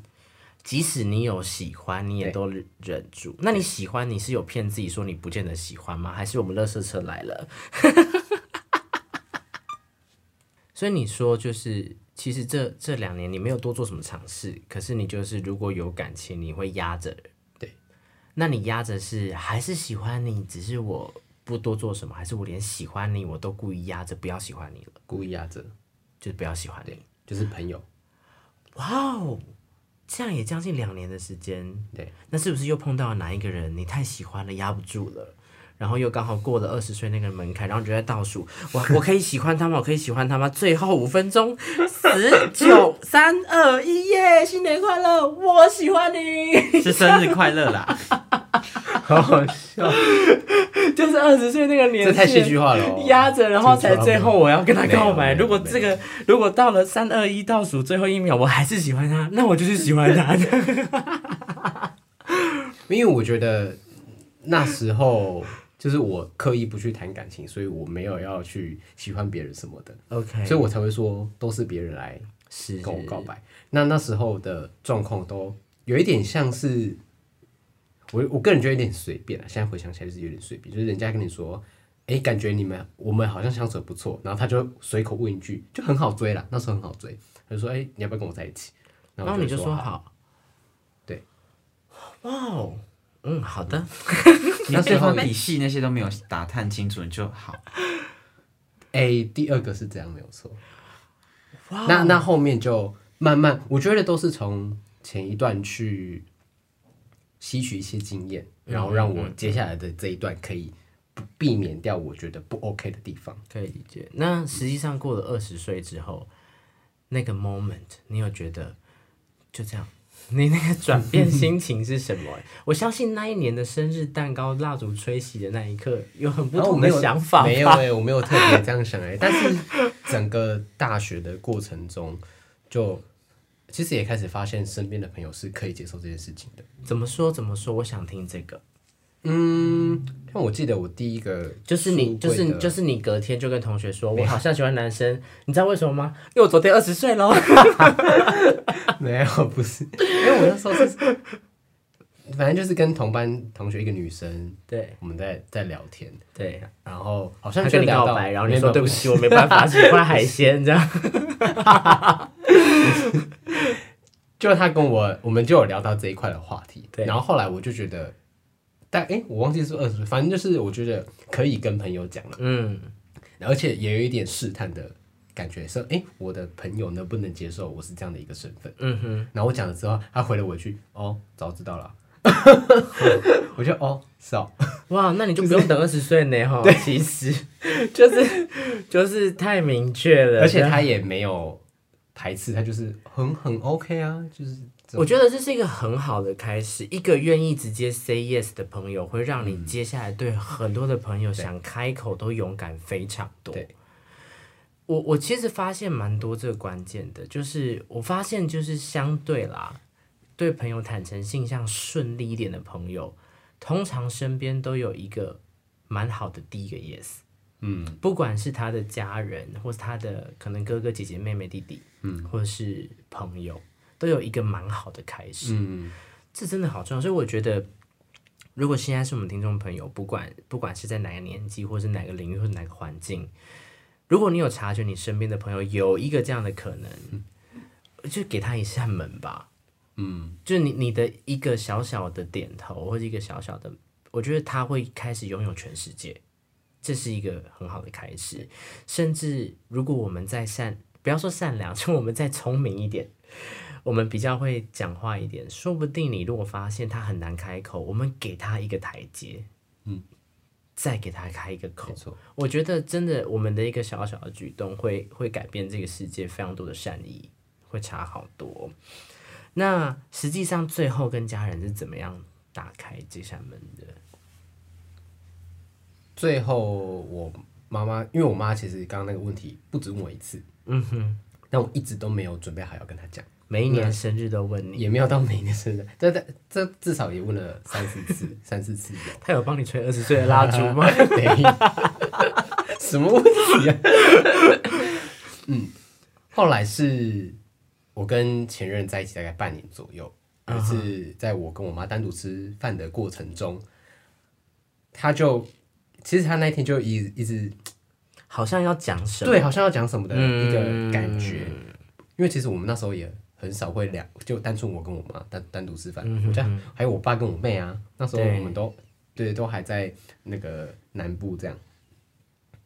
S1: 即使你有喜欢，你也都忍住。那你喜欢，你是有骗自己说你不见得喜欢吗？还是我们垃圾车来了？ 所以你说就是，其实这这两年你没有多做什么尝试，可是你就是如果有感情，你会压着。
S2: 对，
S1: 那你压着是还是喜欢你，只是我不多做什么，还是我连喜欢你我都故意压着，不要喜欢你了，
S2: 故意压着，
S1: 就是不要喜欢你。
S2: 就是朋友，
S1: 哇哦，这样也将近两年的时间，
S2: 对，
S1: 那是不是又碰到了哪一个人你太喜欢了，压不住了？然后又刚好过了二十岁那个门槛，然后你就在倒数，我我可以喜欢他吗？我可以喜欢他吗？最后五分钟，十九 三二一，耶！新年快乐，我喜欢你。
S4: 是生日快乐 啦！
S2: 好 好笑，
S1: 就是二十岁那个年纪，
S2: 这太戏剧化了 哦
S1: 压着，然后才最后我要跟他告
S2: 没
S1: 白。
S2: 有
S1: 如果这个如果到了三二一倒数最后一秒，我还是喜欢他，那我就是喜欢他。
S2: 因为我觉得那时候就是我刻意不去谈感情，所以我没有要去喜欢别人什么的，
S1: OK，
S2: 所以我才会说都是别人来
S1: 是
S2: 跟我告白。那那时候的状况都有一点像是，我我个人觉得有点随便啊。现在回想起来就是有点随便，就是人家跟你说，哎、感觉你们我们好像相处得不错，然后他就随口问一句，就很好追啦。那时候很好追，他就说，哎、你要不要跟我在一起？然
S1: 然
S2: 后
S1: 后
S2: 我
S1: 你
S2: 就
S1: 就
S2: 会
S1: 说
S2: 好。
S1: 好，
S2: 对，
S1: 哇哦，嗯，好的，
S4: 你对方底细那些都没有打探清楚，你就好。
S2: 哎、第二个是这样没有错。
S1: 哇哦
S2: 那那后面就慢慢，我觉得都是从前一段去吸取一些经验，然后让我接下来的这一段可以不避免掉我觉得不 OK 的地方。
S1: 可以理解。那实际上过了二十岁之后，那个 moment，你有觉得就这样？你那个转变心情是什 么？我相信那一年的生日蛋糕蜡烛吹熄的那一刻，有很不
S2: 然后我
S1: 同
S2: 没
S1: 的
S2: 有
S1: 想法吧
S2: 没有哎、我没有特别这样想哎、但是整个大学的过程中就，其实也开始发现身边的朋友是可以接受这件事情的。
S1: 怎么说？怎么说？我想听这个。
S2: 嗯，像我记得我第一个
S1: 就是你，
S2: 出
S1: 就
S2: 柜
S1: 是
S2: 的
S1: 就是你，隔天就跟同学说，我好像喜欢男生，你知道为什么吗？因为我昨天二十岁喽。
S2: 没有，不是，因为我那时候是，反正就是跟同班同学一个女生，
S1: 对
S2: 我们在在聊天，
S1: 对，
S2: 然后好像
S1: 他
S2: 就
S1: 跟你
S2: 聊
S1: 告
S2: 到
S1: 白，然后你
S2: 没有
S1: 说对不
S2: 没
S1: 起，我没办法，喜欢海鲜这样。
S2: 有，就他跟我，我们就有聊到这一块的话题，
S1: 对
S2: 然后后来我就觉得，但哎、我忘记是二十，反正就是我觉得可以跟朋友讲了，
S1: 嗯，
S2: 而且也有一点试探的感觉，说哎、诶我的朋友能不能接受我是这样的一个身份？
S1: 嗯哼，
S2: 然后我讲了之后，他回了我一句，哦，早知道 了啊，我就哦，是哦。
S1: 哇，那你就不用等二十岁呢哈。其 实就是就是太明确了，
S2: 而且
S1: 啊这样
S2: 他也没有，排斥，他就是很很 OK 啊，就是这种
S1: 我觉得这是一个很好的开始，一个愿意直接 say yes 的朋友，会让你接下来嗯对很多的朋友想开口都勇敢非常多
S2: 对。
S1: 我我其实发现蛮多这个关键的，就是我发现就是相对啦，对朋友坦诚性向顺利一点的朋友，通常身边都有一个蛮好的第一个 yes。嗯，不管是他的家人，或是他的可能哥哥姐姐、妹妹弟弟，嗯，或者是朋友，都有一个蛮好的开始。嗯，这真的好重要。所以我觉得，如果现在是我们听众朋友，不管不管是在哪个年纪，或是哪个领域，或是哪个环境，如果你有察觉你身边的朋友有一个这样的可能，就给他一扇门吧。嗯，就你你的一个小小的点头，或者一个小小的，我觉得他会开始拥有全世界。这是一个很好的开始，甚至如果我们再善，不要说善良，就我们再聪明一点，我们比较会讲话一点，说不定你如果发现他很难开口，我们给他一个台阶，嗯，再给他开一个口
S2: 没，错，
S1: 我觉得真的，我们的一个小小的举动会会改变这个世界非常多的善意，会差好多。那实际上最后跟家人是怎么样打开这扇门的？
S2: 最后我妈妈，因为我妈其实刚刚那个问题不止问我一次，
S1: 嗯哼，
S2: 但我一直都没有准备好要跟她讲，
S1: 每一
S2: 啊
S1: 年生日都问你，
S2: 也没有到每年生日，但但这至少也问了三四次，三四次有。
S1: 他有帮你吹二十岁的蜡烛吗？
S2: 等一下什么问题啊？ 嗯，后来是我跟前任在一起大概半年左右，有一次在我跟我妈单独吃饭的过程中，他就其实他那天就一一直
S1: 好像要讲什么？
S2: 对，好像要讲什么的一个感觉，
S4: 嗯
S2: 因为其实我们那时候也。很少会两就单纯我跟我妈单单独吃饭，
S4: 嗯
S2: 我家还有我爸跟我妹啊，那时候
S1: 对
S2: 我们都对都还在那个南部这样。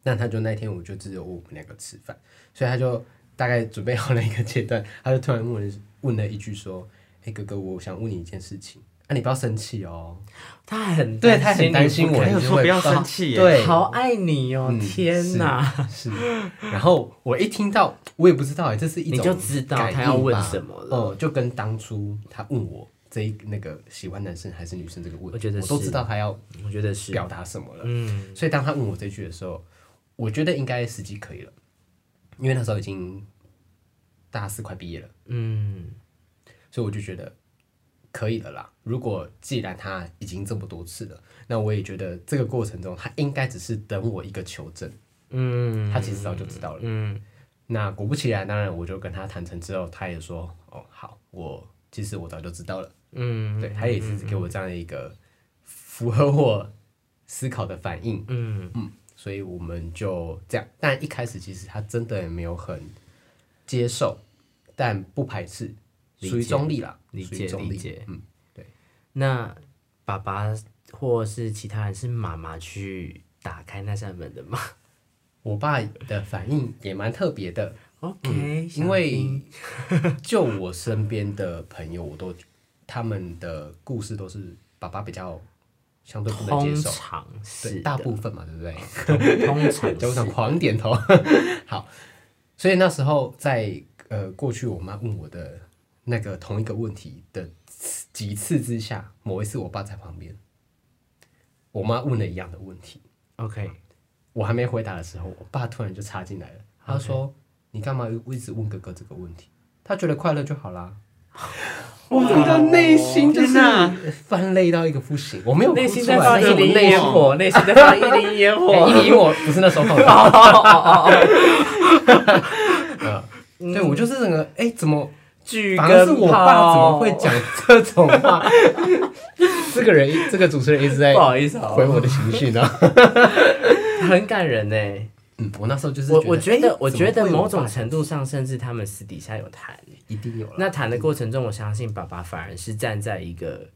S2: 那他就那天我就只有我们两个吃饭，所以他就大概准备好了一个阶段，他就突然问了问了一句说：“哎、哥哥，我想问你一件事情，啊，你不要生气哦。
S1: 他很
S2: 对他很担心
S1: 你不
S2: 我
S1: 开
S4: 他有
S2: 就
S4: 说
S2: 会
S4: 不要
S2: 爆
S4: 生气耶，
S2: 对
S1: 好爱你哦！
S2: 嗯
S1: 天哪，
S2: 是，然后我一听到，我也不知道哎、这是一种
S1: 你就知道
S2: 感应
S1: 他要问
S2: 吧
S1: 什么了
S2: 哦、就跟当初他问我这一那个喜欢男生还是女生这个问题，
S1: 我觉得
S2: 我都
S1: 是
S2: 知道他要
S1: 我觉得是，
S2: 表达什么了。
S1: 嗯，
S2: 所以当他问我这句的时候，我觉得应该时机可以了，因为那时候已经大四快毕业了，
S1: 嗯，
S2: 所以我就觉得可以了啦。如果既然他已经这么多次了，那我也觉得这个过程中他应该只是等我一个求证，
S1: 嗯，
S2: 他其实早就知道了。
S1: 嗯，
S2: 那果不其然，当然我就跟他谈成之后，他也说：“哦，好，我其实我早就知道了。”
S1: 嗯，
S2: 对他也是给我这样的一个符合我思考的反应，
S1: 嗯
S2: 所以我们就这样。但一开始其实他真的也没有很接受，但不排斥，
S1: 理解
S2: 属于中立啦，
S1: 理
S2: 属于
S1: 解
S2: 中
S1: 理
S2: 立。
S1: 解。
S2: 嗯，
S1: 那爸爸或是其他人是妈妈去打开那扇门的吗
S2: 我爸的反应也蛮特别的，
S1: ？OK，、
S2: 嗯因为 就我身边的朋友，我都他们的故事都是爸爸比较相对不能接
S1: 通
S2: 受，
S1: 常
S2: 对，
S1: 是
S2: 大
S1: 的
S2: 部分嘛，对不对？
S1: 通 常
S2: 董事长
S1: 是
S2: 狂点头。好，所以那时候在呃过去我妈问我的那个同一个问题的几次之下，某一次我爸在旁边，我妈问了一样的问题，
S1: OK，
S2: 我还没回答的时候，我爸突然就插进来了，他说：“你干嘛一直问哥哥这个问题？他觉得快乐就好啦。”我整个内心就是翻累到一个不行， 我没有哭
S1: 内心
S2: 出
S1: 在
S2: 来
S1: 放
S2: 但是
S1: 一
S2: 我
S1: 零
S2: 内
S1: 烟
S2: 心
S1: 火，内心在放一零烟火。
S2: 哎， 一零我不是那时候放的。哦哦
S1: 嗯
S2: 对，我就是整个哎，怎么
S1: 巨
S2: 反而是
S1: 根
S2: 我
S1: 炮
S2: 爸怎么会？讲这种话？这个人，这个主持人一直 在
S1: 不好意思啊，
S2: 回我的情绪呢。
S1: 很感人呢、
S2: 嗯，我那时候就是
S1: 我我觉得
S2: 哎，
S1: 我觉得
S2: 怎么会有
S1: 某种
S2: 爸
S1: 程度上，甚至他们私底下有谈。
S2: 一定有了。
S1: 那谈的过程中，我相信爸爸反而是站在一个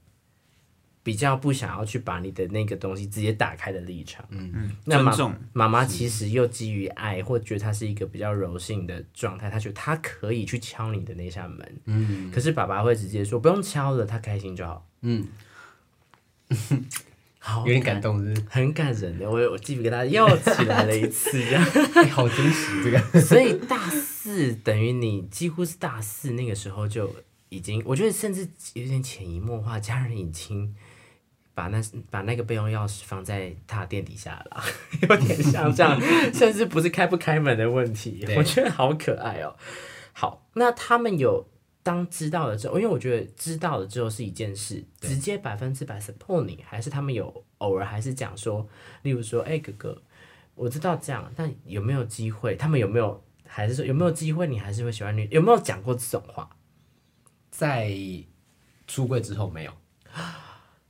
S1: 比较不想要去把你的那个东西直接打开的立场。
S4: 嗯，
S1: 那
S4: 尊
S1: 妈
S4: 重，
S1: 妈妈其实又基于爱，或觉得她是一个比较柔性的状态，她觉得她可以去敲你的那扇门。嗯，可是爸爸会直接说不用敲了，他开心就好。
S2: 嗯，
S1: 好，
S2: 有点感，动，是不
S1: 很感人的。我我继续给他又起来了一次，这样。
S2: 是？哎好惊喜这个。
S1: 所以大四等于你几乎是大四那个时候就已经，我觉得甚至有点潜移默化，家人已经把那把那个备用钥匙放在他的垫底下了啦， 有点像这样，甚至不是开不开门的问题，
S2: 对
S1: 我觉得好可爱哦、好，那他们有当知道了之后，因为我觉得知道了之后是一件事，直接百分之百 support 你，还是他们有偶尔还是讲说，例如说，哎、哥哥，我知道这样，但有没有机会？他们有没有还是说有没有机会？你还是会喜欢女？有没有讲过这种话？
S2: 在出柜之后没有，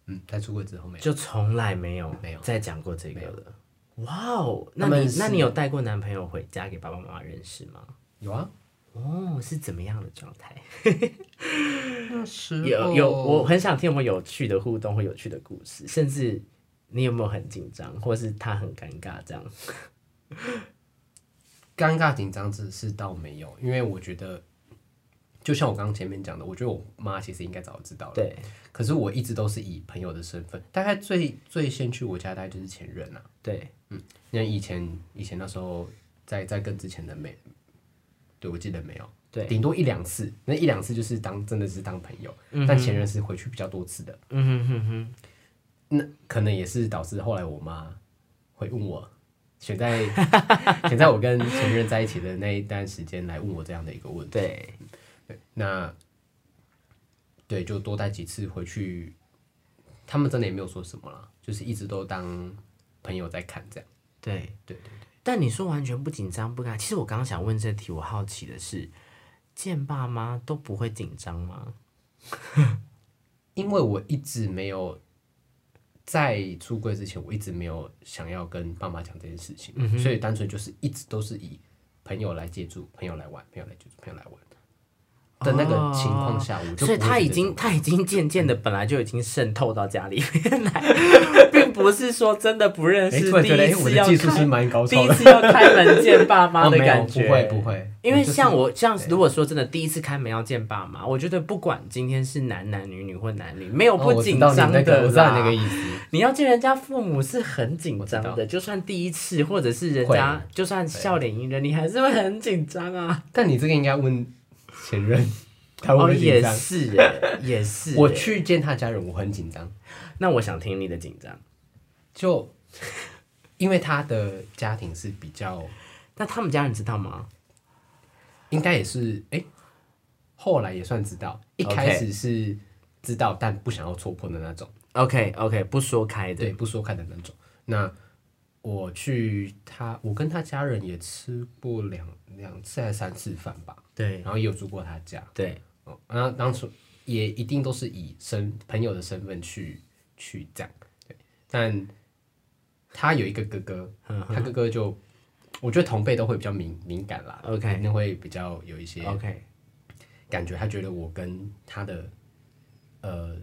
S2: 嗯，在出柜之后没有。
S1: 就从来没有
S2: 没有
S1: 再讲过这个了。哇哦，那
S2: 他们
S1: 你
S2: 是
S1: 那你有带过男朋友回家给爸爸妈妈认识吗？
S2: 有啊，
S1: 哦，是怎么样的状态？
S2: 那时
S1: 有有，我很想听有没有有趣的互动或有趣的故事，甚至你有没有很紧张，或是他很尴尬这样？
S2: 尴尬紧张只是倒没有，因为我觉得，就像我刚刚前面讲的，我觉得我妈其实应该早就知道了，
S1: 对，
S2: 可是我一直都是以朋友的身份，大概最最先去我家，大概就是前任啊。
S1: 对，
S2: 因为以前以前那时候在在更之前的没，对我记得没有，
S1: 对
S2: 顶多一两次，那一两次就是当真的是当朋友，但前任是回去比较多次的，
S1: 嗯哼哼哼，
S2: 那可能也是导致后来我妈会问我。选在 选在我跟前任在一起的那一段时间来问我这样的一个问题，
S1: 对，
S2: 那对，就多带几次回去，他们真的也没有说什么啦，就是一直都当朋友在看这样。
S1: 对
S2: 对
S1: 对。但你说完全不紧张不尴尬，其实我刚刚想问这题，我好奇的是，见爸妈都不会紧张吗？
S2: 因为我一直没有在出柜之前，我一直没有想要跟爸妈讲这件事情，
S1: 嗯
S2: 所以单纯就是一直都是以朋友来接触，朋友来玩，朋友来接触，朋友来玩的那个情况下，我就
S1: 所以
S2: 不会
S1: 他
S2: 觉
S1: 已
S2: 得哎
S1: 经
S2: 怎么
S1: 他已经渐渐的
S2: 嗯
S1: 本来就已经渗透到家里面来，并不是说真的不认
S2: 哎，
S1: 识，
S2: 突然
S1: 第
S2: 觉得
S1: 一
S2: 哎，我
S1: 次
S2: 的
S1: 要
S2: 技术是
S1: 开
S2: 蛮高
S1: 第
S2: 超
S1: 一
S2: 的，
S1: 次要开门见爸妈
S2: 哦
S1: 的
S2: 没有
S1: 感觉，
S2: 不会哦不会，
S1: 因为像
S2: 我
S1: 我像如果说真的第一次开门要见爸妈，我觉得不管今天是男男女女或男女，没有
S2: 就是哦
S1: 不
S2: 我知
S1: 紧
S2: 道你
S1: 张
S2: 那个
S1: 的
S2: 我知道
S1: 啦
S2: 你那个意思。
S1: 你要见人家父母是很紧张
S2: 我
S1: 的，就算第一次，或者是人
S2: 会
S1: 家就算笑脸迎人，你还是会很紧张啊。
S2: 但你这个应该问前任，他哎会不
S1: 哦，
S2: 会紧
S1: 也
S2: 张？
S1: 是 耶，也是耶。
S2: 我去见他家人，我很紧张，
S1: 那我想听你的紧张。
S2: 就因为他的家庭是比较，
S1: 那他们家人知道吗？
S2: 应该也是哎、后来也算知道，一开
S1: OK
S2: 始是知道但不想要戳破的那种，
S1: OK OK，不说开的
S2: 对，不说开的那种。那我去他，我跟他家人也吃过两两次还是三次饭吧，
S1: 对
S2: 然后也有住过他家，
S1: 对
S2: 哦，那当初也一定都是以身朋友的身份去去讲，对，但他有一个哥哥，
S1: 嗯
S2: 他哥哥就我觉得同辈都会比较敏敏感啦
S1: OK 哦
S2: 一定会比较有一些
S1: OK
S2: 感觉，他觉得我跟他的呃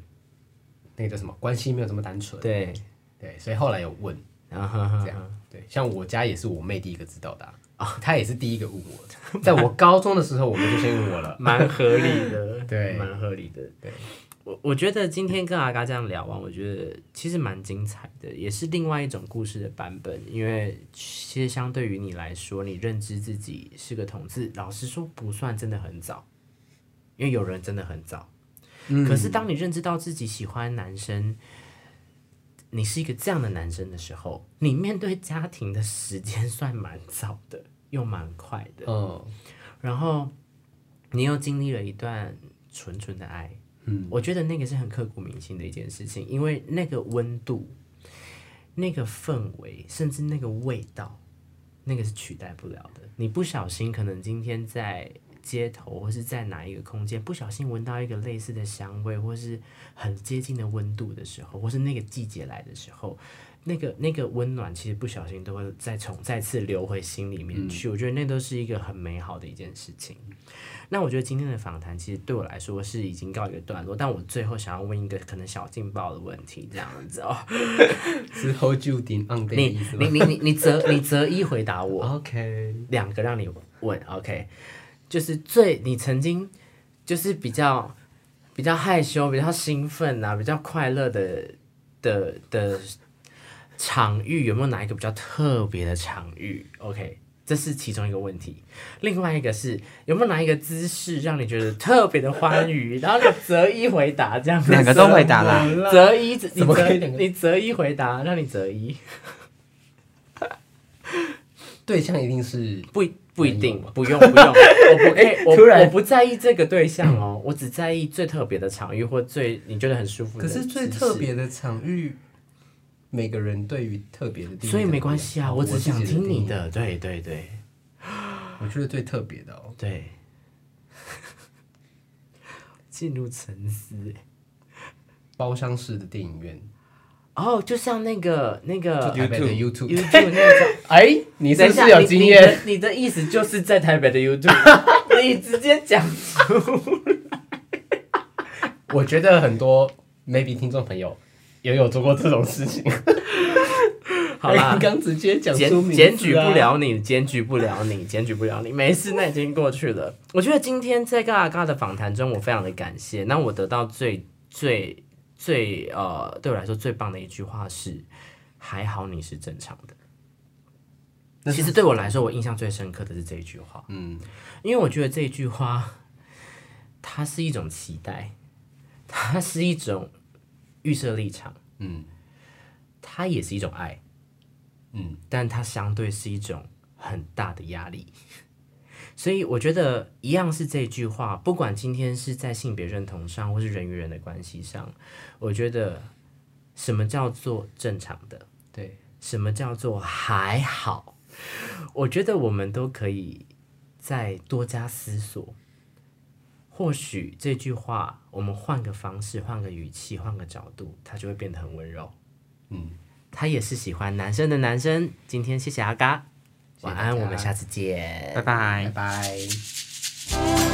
S2: 那个叫什么关系没有这么单纯，
S1: 对，啊
S2: 对，所以后来有问
S1: 然后
S2: 这样，对，像我家也是我妹第一个知道的啊、
S1: 哦
S2: 她也是第一个问我 的，在我高中的时候我妹就先问我了，
S1: 蛮合理的，
S2: 对
S1: 蛮合理的。
S2: 对，
S1: 我我觉得今天跟阿嘎这样聊完，我觉得其实蛮精彩的，也是另外一种故事的版本。因为其实相对于你来说，你认知自己是个同志，老实说不算真的很早，因为有人真的很早。
S2: 嗯
S1: 可是当你认知到自己喜欢男生，你是一个这样的男生的时候，你面对家庭的时间算蛮早的，又蛮快的。
S2: 嗯，
S1: 然后你又经历了一段纯纯的爱，嗯，我觉得那个是很刻骨铭心的一件事情，因为那个温度、那个氛围，甚至那个味道，那个是取代不了的。你不小心，可能今天在街头或是在哪一个空间，不小心闻到一个类似的香味，或是很接近的温度的时候，或是那个季节来的时候，那个那个温暖，其实不小心都会再重再次流回心里面
S2: 嗯
S1: 去。我觉得那都是一个很美好的一件事情。那我觉得今天的访谈其实对我来说是已经告一个段落，但我最后想要问一个可能小劲爆的问题，这样子 哦。
S2: 是 hold you in on 的
S1: 你
S2: 意思吗
S1: 你你你你择你择一回答我，
S2: ？OK。
S1: 两个让你问，OK，就是最你曾经就是比较比较害羞、比较兴奋啊、比较快乐的的的场域，有没有哪一个比较特别的场域？OK，这是其中一个问题。另外一个是有没有哪一个姿势让你觉得特别的欢愉，然后你择一回答这样子。
S4: 两个都回答啦。
S1: 择一，你
S2: 么可
S1: 择
S2: 以两个
S1: 你择一回答，让你择一，
S2: 对象一定是
S1: 不一不一定，不用不 用，我不哎，我
S2: 突然
S1: 我不在意这个对象哦，我只在意最特别的场域或最你觉得很舒服的
S2: 可
S1: 姿势。
S2: 是最特别的场域，每个人对于特别的定义，
S1: 所以没关系啊，我只想听你的。
S2: 的
S1: 对对对
S2: 定义。我觉得最特别的哦，
S1: 对， 进入沉思。欸
S2: 包厢式的电影院，
S1: 哦，就像那个那个
S2: 台北的 YouTube。
S1: YouTube 那个叫，
S2: 哎， 你是
S1: 等一
S2: 不
S1: 下
S2: 是有经
S1: 你
S2: 验？
S1: 你的你的意思就是在台北的 YouTube，你直接讲出。
S2: 我觉得很多 maybe 听众朋友也有做过这种事情。
S1: 好啦
S2: 哎，刚直接讲出
S1: 检
S2: 名字啊
S1: 检举不，了你，检举不了你，检举不了你，没事，那已经过去了。我觉得今天在嘎嘎嘎的访谈中，我非常的感谢。那我得到最最最呃，对我来说最棒的一句话是：还好你是正常的。其实对我来说，我印象最深刻的是这一句话。
S2: 嗯，
S1: 因为我觉得这一句话，它是一种期待，它是一种预设立场，
S2: 嗯，
S1: 它也是一种爱，
S2: 嗯，
S1: 但它相对是一种很大的压力。 所以我觉得一样是这句话，不管今天是在性别认同上，或是人与人的关系上，我觉得什么叫做正常的，
S2: 对，
S1: 什么叫做还好？我觉得我们都可以再多加思索。或许这句话，我们换个方式、换个语气、换个角度，它就会变得很温柔。
S2: 嗯，
S1: 他也是喜欢男生的男生。今天谢谢阿嘎，
S2: 谢谢
S1: 晚
S2: 大
S1: 安，
S2: 家
S1: 我们下次见。
S4: 拜
S2: 拜。
S4: 拜
S2: 拜。
S5: 「